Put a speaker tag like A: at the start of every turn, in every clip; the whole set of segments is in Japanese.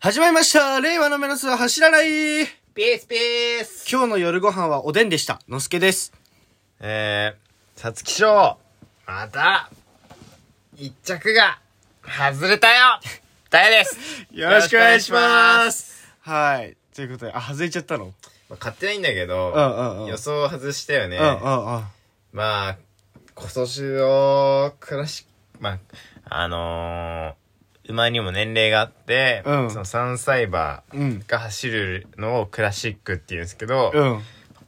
A: 始まりました令和のメロスは走らない
B: ピースピース
A: 今日の夜ご飯はおでんでした。のすけです。
B: えー、さつき賞、また、一着が、外れたよ大変 です。
A: よろしくお願いしますす。はい。ということで、あ、外れちゃったの
B: まあ、買ってないんだけど、
A: うんうんうん
B: 予想外したよね。
A: うんうんうん。
B: まあ、今年のクラシック、まあ、あのー、馬にも年齢があって、
A: うん
B: その3歳馬
A: うん。
B: が走るのをクラシックって言うんですけど、今
A: うん。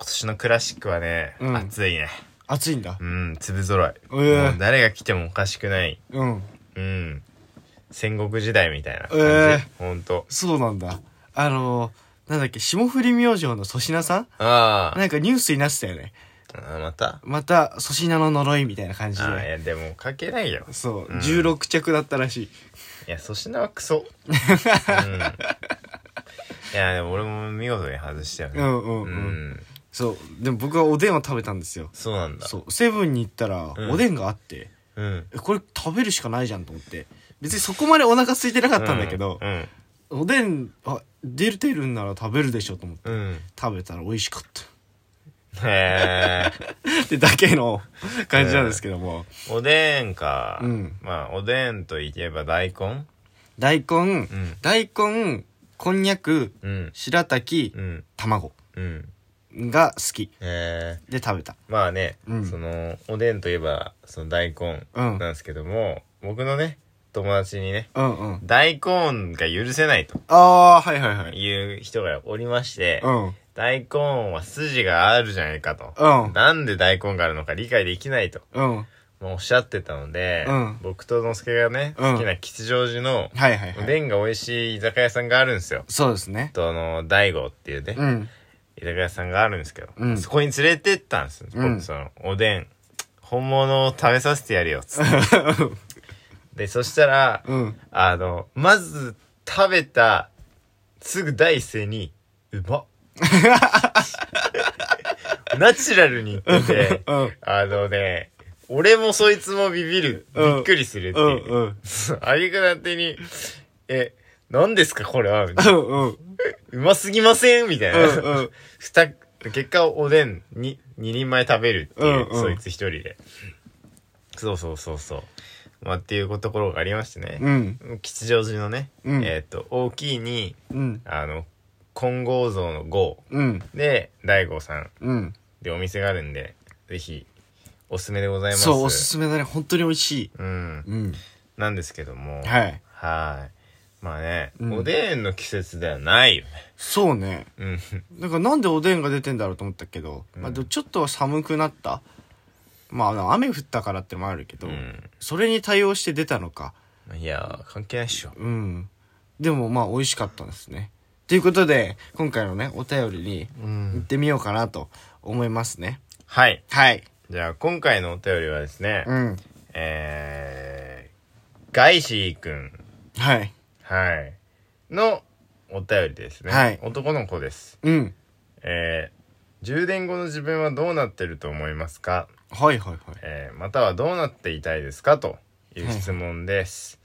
B: 年のクラシックはね、
A: うん
B: 熱いね。
A: 暑いんだ
B: う。ん、粒揃い。
A: えー
B: もう誰が来てもおかしくない。
A: うん。
B: うん。戦国時代みたいな感じ。
A: え
B: ー、ほんと。
A: そうなんだ。あのー、なんだっけ、霜降り明星の粗品さん
B: あー
A: なんかニュースになってたよね。
B: あ。また
A: また、粗品の呪いみたいな感じ
B: あーい
A: で。
B: や、でも関係ないよ。
A: そう、
B: うん
A: 16着だったらしい。
B: いや、粗品はクソ。うん。いや、でも俺も見事に外したよね。
A: うんうんうん
B: ん
A: そう。でも僕はおでんを食べたんですよ。
B: そうなんだ。
A: そう。セブンに行ったら
B: う、ん
A: おでんがあって、
B: うん。
A: えこれ食べるしかないじゃんと思って。別にそこまでお腹空いてなかったんだけど
B: う、ん。
A: おでん、あ、出るてるんなら食べるでしょと思って。
B: うん。うん
A: 食べたら美味しかった。
B: へえ。
A: ってだけの感じなんですけども。
B: おでんか。
A: うん
B: まあ、おでんといえば大根
A: 大根、
B: ん
A: 大根、こんにゃく、
B: うん。
A: 白滝
B: う、ん。
A: 卵
B: うん。
A: が好き
B: ええ。
A: で食べた。
B: まあね、
A: うん
B: そのおでんといえばその大根
A: うん
B: なんですけども、僕のね友達にね
A: うんうん。
B: 大根が許せないと
A: ああ、はいはいはい。
B: いう人がおりまして、
A: うん。うん。
B: 大根は筋があるじゃないかと、
A: うん
B: なんで大根があるのか理解できないと、
A: は
B: まあ、おっしゃってたので、
A: うん
B: 僕とのすけがね、
A: うん
B: 好きな吉祥寺の
A: いはいはい。
B: おでんが美味しい居酒屋さんがあるんですよ。
A: そうですね。
B: とあの大悟っていうね、
A: うん。
B: 居酒屋さんがあるんですけど、
A: うん
B: そこに連れてったんですよ、
A: うん
B: そのおでん本物を食べさせてやるよっ つってでそしたら、
A: うん。
B: あのまず食べたすぐ第一声に「うま っ」ナチュラルに言ってて、
A: うん
B: あのね俺もそいつもビビるび
A: うん
B: っくりするって
A: う
B: い
A: ん
B: う、
A: うん。
B: あげくな手に「え何ですかこれは」みたいな
A: うんうん。
B: うますぎませんみたいな。
A: うんうん
B: ふた結果、おでんに、二人前食べるっていう、
A: うんうん
B: そいつ一人で。そうそうそうそう。まあ、っていうところがありましてね。
A: うん。
B: 吉祥寺のね、
A: うん
B: えっ、と、大きいに、
A: うん。
B: あの、金剛像の号
A: うん。
B: で、大悟さん
A: うん。
B: でお店があるんで、ぜひ、おすすめでございます。
A: そう、おすすめだね。本当に美味しい。
B: うん。
A: うん。
B: なんですけども。い。
A: はい。
B: はい。まあね、
A: うん
B: おでんの季節ではないよね。
A: そうね。
B: うん。
A: なんかなんでおでんが出てんだろうと思ったけど、まあでもちょっとは寒くなった。まああの雨降ったからってのもあるけど、
B: うん
A: それに対応して出たのか。
B: いやー、関係ないっしょ。
A: うん。でもまあ美味しかったですね。ということで、今回のね、お便りに行ってみようかなと思いますね。
B: はい。
A: はい。
B: じゃあ、今回のお便りはですね、
A: うん。
B: えー、ガイシーくん、
A: はい。
B: はい、のお便りですね。
A: はい
B: 男の子です。
A: うん。
B: えー、10年後の自分はどうなってると思いますか、
A: はいはいはい。
B: えー、またはどうなっていたいですかという質問です。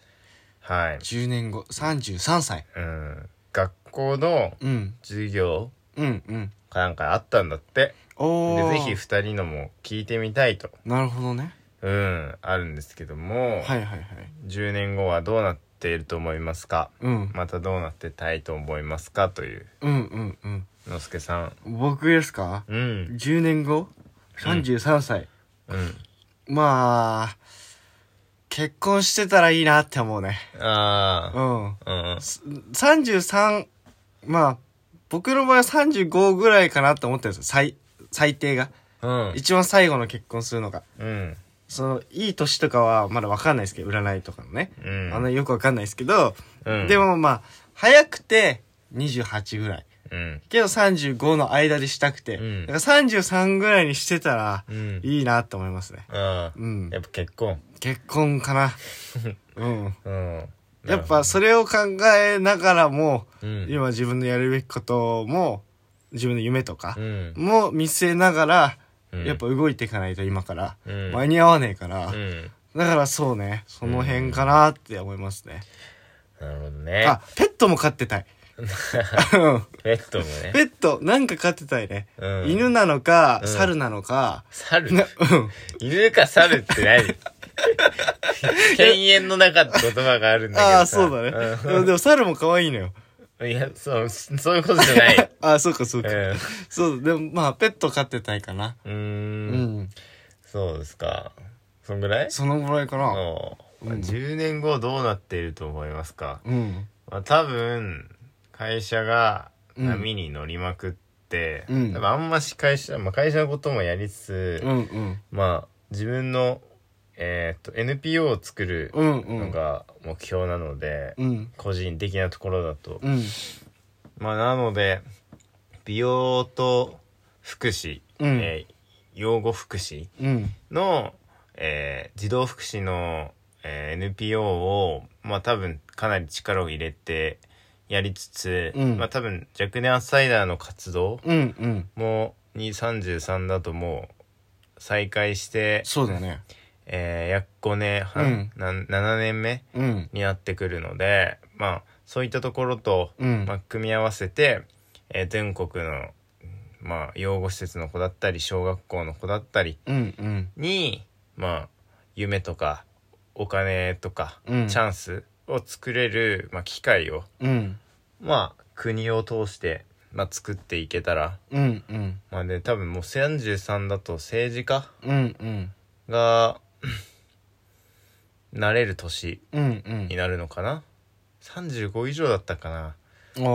B: はい。
A: 10年後、33歳。
B: うん。学校の
A: うん。
B: 授業
A: うんうん。
B: かなんかあったんだって。
A: お
B: で、
A: ー。
B: ぜひ二人のも聞いてみたいと。
A: なるほどね。
B: うん、あるんですけども。
A: はいはいはい。
B: 10年後はどうなっていると思いますか
A: うん。
B: またどうなってたいと思いますかという
A: うんうんうん。
B: のすけさん
A: 僕ですか
B: うん
A: 10年後33歳、
B: うん
A: まあ結婚してたらいいなって思うねう
B: あ
A: ん
B: あうん
A: す33まあ僕の場合は35ぐらいかなって思ってるんですよ最最低が
B: うん
A: 一番最後の結婚するのが
B: うん
A: そのいい年とかはまだ分かんないですけど占いとかのね、
B: うん
A: あのよく分かんないですけど、
B: うん
A: でもまあ早くて28ぐらい
B: うん
A: けど35の間でしたくて、
B: うん
A: だから33ぐらいにしてたら、
B: うん
A: いいなって思いますね。
B: ああ
A: うん
B: や。っぱ結婚
A: 結婚か な。うん。
B: うん
A: やっぱそれを考えながらも、
B: うん
A: 今自分のやるべきことも、自分の夢とか
B: う、ん
A: も見据えながら、
B: うん
A: やっぱ動いていかないと今から、
B: うん
A: 間に合わねえから、
B: うん
A: だからそうね、その辺かなって思いますね。
B: なるほどね
A: あ、ペットも飼って たい。うん
B: ペットもね。
A: ペット、なんか飼ってたいね。
B: うん
A: 犬なのか、猿なのか、
B: 猿
A: なうん
B: 犬か猿っ て何犬猿の中って言葉があるんだけどさ。
A: ああ、そうだね。でもでも猿も可愛いのよ。
B: うん。いや、そう、そういうことじゃない。
A: ああ、そうかそう
B: う
A: か。
B: ん
A: そう、でもまあ、ペット飼ってたいかな。
B: うー。
A: うんん。
B: そうですか。そんぐらい
A: そのぐらいかな。
B: そう。まあ10年後どうなっていると思いますか
A: うん。
B: まあ、多分会社が
A: うん
B: 波に乗りまくって、
A: うん
B: 多分あんまし会社、まあ、会社のこともやりつつ、
A: うんうん。
B: まあ自分の、えーっと NPO を作る
A: うんう
B: の
A: ん。
B: が目標なので、
A: うん。
B: 個人的なところだと、
A: うん。
B: まあなので美容と福祉、
A: うん
B: えー養護福祉
A: うん。
B: の、えー児童福祉の、えー NPO を、まあ、多分かなり力を入れてやりつつ、
A: うん
B: まあ、多分若年アウトサイダーの活動
A: うんうん。
B: も233だともう再開して、
A: そうだよね。
B: えー約5年半、なん7年目
A: うん。
B: になってくるので、まあ、そういったところと、
A: うん
B: まあ、組み合わせて、えー全国の、まあ、養護施設の子だったり小学校の子だったり
A: うんうん。
B: に、まあ、夢とかお金とか、
A: うん
B: チャンスを作れる、まあ、機会を、
A: うん。
B: まあ、国を通して、まあ、作っていけたら、
A: うんうん。
B: まあね、多分もう33だと政治家
A: うんうん。
B: が なれる年
A: うん
B: になるのかな35以上だったかな
A: うん。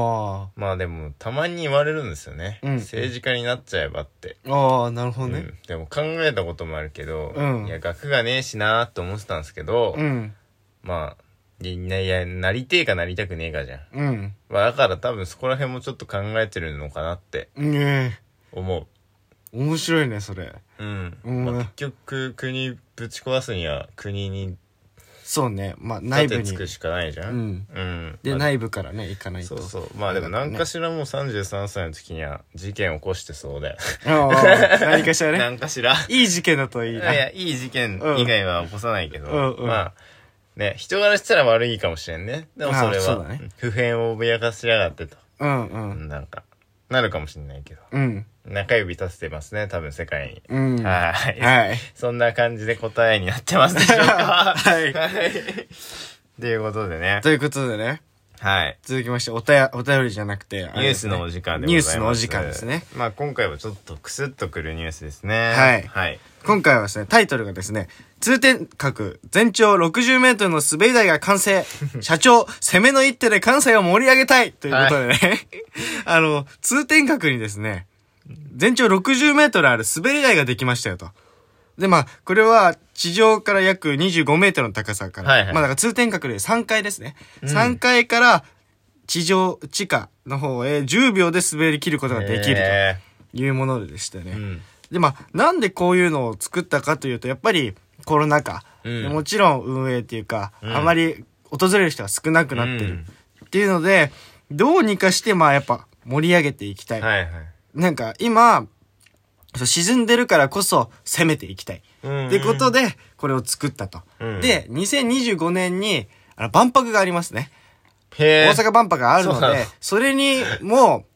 A: あ
B: まあでもたまに言われるんですよね、
A: うん
B: 政治家になっちゃえばって、
A: あ。ああ、なるほど
B: う
A: ね。
B: んでも考えたこともあるけど、
A: うん
B: いや額がねえしなーって思ってたんですけど、
A: うん。
B: まあ、いや、いや、なりてえかなりたくねえかじゃん。
A: うん。
B: まあ、だから多分そこら辺もちょっと考えてるのかなって
A: ね
B: 思
A: え。面白いね、それ。
B: う。うん。
A: うん
B: まあ、結局、国ぶち壊すには国に
A: そうね。まあ、内部
B: 盾
A: に
B: つ。くしかないじゃん。
A: うん。
B: うん。
A: で、
B: まあ
A: 内部からね、行かない
B: そ
A: と。
B: うそう。まあでも何かしらもう33歳の時には事件起こしてそう で。
A: ああ、何かしらね。
B: 何かしら。
A: いい事件だとい
B: い
A: い
B: やい
A: な。
B: や、いい事件以外は起こさないけど、
A: うんうん
B: まあ、ね、人柄したら悪いかもしれんね。でもそれ
A: あ
B: は、
A: そうだね
B: うん普遍を脅かしやがってと。
A: うんうん。
B: なんか、なるかもしれないけど。
A: うん。
B: 中指立ててますね、多分世界に。
A: うん。は
B: はーい。
A: い。
B: そんな感じで答えになってますでしょうか
A: はい
B: ということでね
A: と。いうことでね、
B: はい。
A: 続きまして、おたや、お便りじゃなくて、あれ
B: ニュー
A: です
B: ス
A: ね
B: のお時間でございま
A: ニュ
B: す。
A: ースのお時間ですね。。
B: まあ今回はちょっとクスッとくるニュースですね。
A: はい
B: はい。
A: 今回はですね、タイトルがですね、通天閣全長60メートルの滑り台が完 成社長、攻めの一手で関西を盛り上げたいということでね、 あの、通天閣にですね、全長60メートルある滑り台ができましたよと。で、まあ、これは地上から約25メートルの高さから、
B: はいはい
A: まあ、だから通天閣で3階ですね。3階から地上、地下の方へ10秒で滑り切ることができる
B: え
A: というものでしたね。
B: ーうん。
A: で、まあ、なんでこういうのを作ったかというと、やっぱりコロナ禍。
B: うん
A: でもちろん運営っていうか、
B: ん
A: あまり訪れる人が少なくなってる。
B: うん
A: っていうので、どうにかして、まあやっぱ盛り上げていきたい。
B: はいはい。
A: なんか今、そう沈んでるからこそ攻めていきたい。
B: うん
A: ってことで、これを作ったと。
B: うん
A: で、2025年に、あの、万博がありますね。
B: へ
A: 大阪万博があるの
B: そうな
A: で
B: の、
A: それにも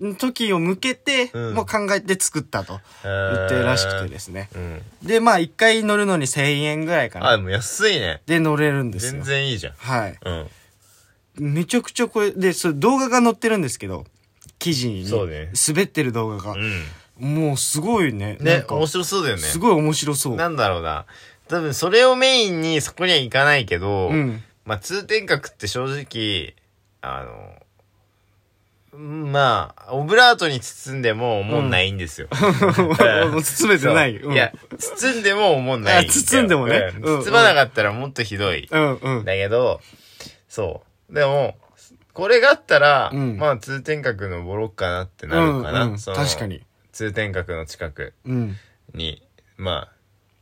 A: う、時を向けて、
B: うん
A: もう考えて作ったと言ってらしくてですね。
B: うん。
A: で、まあ一回乗るのに1000円ぐらいか
B: あ、
A: な。
B: でも安いね。
A: で乗れるんです
B: 全
A: よ。
B: 然いいじゃん。
A: はい。
B: うん。
A: めちゃくちゃこれ、で、それ動画が載ってるんですけど、記事に。
B: そうね
A: 滑ってる動画が。
B: う
A: もうすごいね。
B: ん。
A: な
B: ね
A: ん、か
B: 面白そうだよね。
A: すごい面白そう。
B: なんだろうな。多分それをメインにそこには行かないけど、
A: うん
B: まあ通天閣って正直、あの、まあ、オブラートに包んでもおもんないんですよ。
A: もう包めてない。
B: そう
A: うん、
B: いや、包んでもおもんない
A: あ包んでもね
B: うん
A: うん
B: 包まなかったらもっとひどい。
A: うんうん。
B: だけど、そう。でも、これがあったら、
A: うん
B: まあ通天閣のボロッかなってな
A: う
B: る
A: ん
B: かな。
A: うん
B: その
A: 確か。に。
B: 通天閣の近く。
A: うん。
B: に、まあ、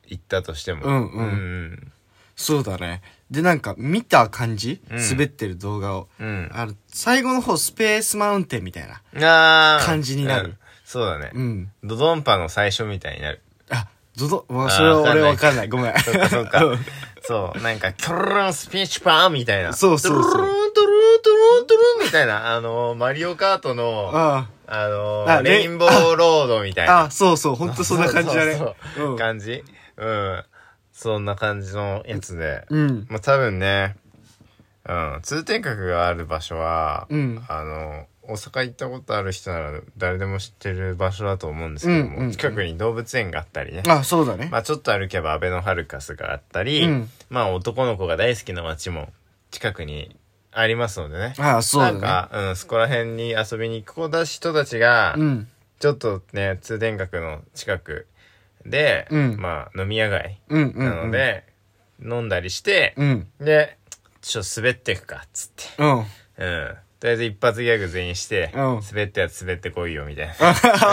B: 行ったとしても。
A: うんうん
B: ん
A: そうだね。で、なんか見た感じ、
B: うん
A: 滑ってる動画を。
B: うん。うん。
A: あの、最後の方スペースマウンテンみたいな。
B: あー
A: 感じになる
B: うんそうだね
A: う。ん。
B: ドドンパの最初みたい になる。
A: あ、ゾゾ、わ
B: あー
A: それは俺
B: わ
A: わ
B: か
A: かんない。ごめん。
B: そっかそっ
A: う
B: か
A: ん。
B: そう、なんか、キョロロンスピーチパーンみたいな。
A: そうそうそう
B: ドロロンドロロンドロンドみたいな、あの、マリオカートの、あ
A: ああ
B: の、
A: レ
B: レインボーロードみたい
A: あ。
B: な。
A: あ、そうそう、ほんとそんな感じだね。
B: そうそうそう
A: うん
B: 感じうん。そんな感じのやつで。
A: うん。
B: まあ多分ね、うん、通天閣がある場所は、
A: うん
B: あの、大阪行ったことある人なら誰でも知ってる場所だと思うんですけども、
A: うんうん
B: 近くに動物園があったりね。
A: あ、そうだね。
B: まあちょっと歩けばアベノハルカスがあったり、
A: うん
B: まあ男の子が大好きな街も近くにありますのでね。
A: あ、そうだ
B: なん
A: ね。
B: か、うん、そこら辺に遊びに行く子だ人たちが
A: う、ん。
B: ちょっとね、通天閣の近くで、
A: うん
B: まあ飲み屋街
A: うんうん、うん。
B: なので、飲んだりして、
A: うん。
B: で、ちょっと滑っていくか、っつっ
A: うん。
B: て。うん。とりあえず一発ギャグ全員して、
A: うん
B: 滑ったやつ滑ってこいよ、みたいな。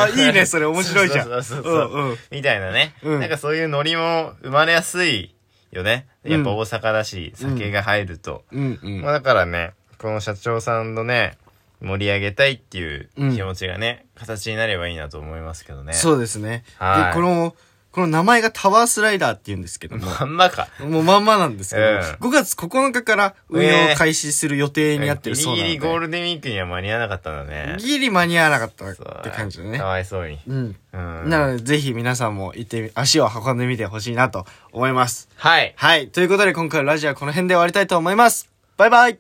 A: あいいね、それ面白いじゃん。
B: そうそうそうそう
A: うんうん。
B: みたいなね、
A: うん
B: なんかそういうノリも生まれやすいよね。やっぱ
A: うん
B: 大阪だし、酒が入ると。
A: うんうん。
B: まあだからね、この社長さんのね、盛り上げたいっていう気持ちがね、形になればいいなと思いますけどね。
A: そうですね。
B: は
A: で、
B: い
A: この、この名前がタワースライダーって言うんですけども、
B: まんまか。
A: もうまんまなんですけど、
B: うん
A: 5月9日から運用を開始する予定になってるそうな
B: ギ
A: の
B: リ
A: で、
B: ギリゴールデンウィークには間に合わなかったんだね。
A: ギリ間に合わなかったっ
B: そう
A: て感じだね
B: か。わいそうに。
A: うん。
B: うん。
A: なので、ぜひ皆さんも行ってみ、足を運んでみてほしいなと思います。
B: はい。
A: はい。ということで、今回のラジオはこの辺で終わりたいと思います。バイバイ